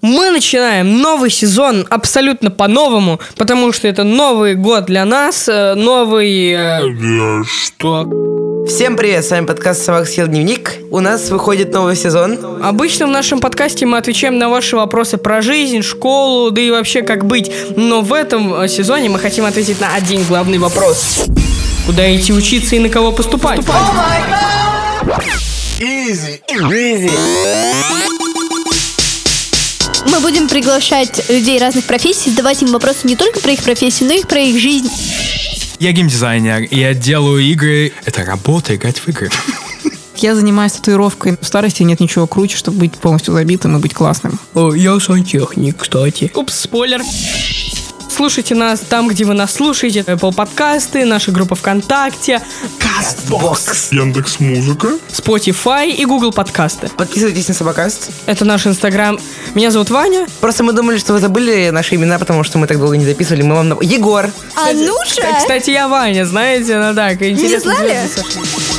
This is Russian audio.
Мы начинаем новый сезон абсолютно по-новому, потому что это новый год для нас, э, новый... э, Что? Всем привет, с вами подкаст «Собак съел дневник». У нас выходит новый сезон. Обычно в нашем подкасте мы отвечаем на ваши вопросы про жизнь, школу, да и вообще как быть. Но в этом э, сезоне мы хотим ответить на один главный вопрос. Куда идти учиться и на кого поступать? Изи. Мы будем приглашать людей разных профессий, задавать им вопросы не только про их профессию, но и про их жизнь. Я геймдизайнер, я делаю игры. Это работа играть в игры. Я занимаюсь татуировкой. В старости нет ничего круче, чтобы быть полностью забитым и быть классным. Я сантехник, кстати. Упс, спойлер. Слушайте нас там, где вы нас слушаете. Apple подкасты, наша группа ВКонтакте, Яндекс Музыка. Spotify и Google подкасты. Подписывайтесь на Собакаст. Это наш Инстаграм. Меня зовут Ваня. Просто мы думали, что вы забыли наши имена, потому что мы так долго не записывали. Мы вам... нап- Егор! Ануша! Кстати, я Ваня, знаете, ну так, интересно. знали? связано со-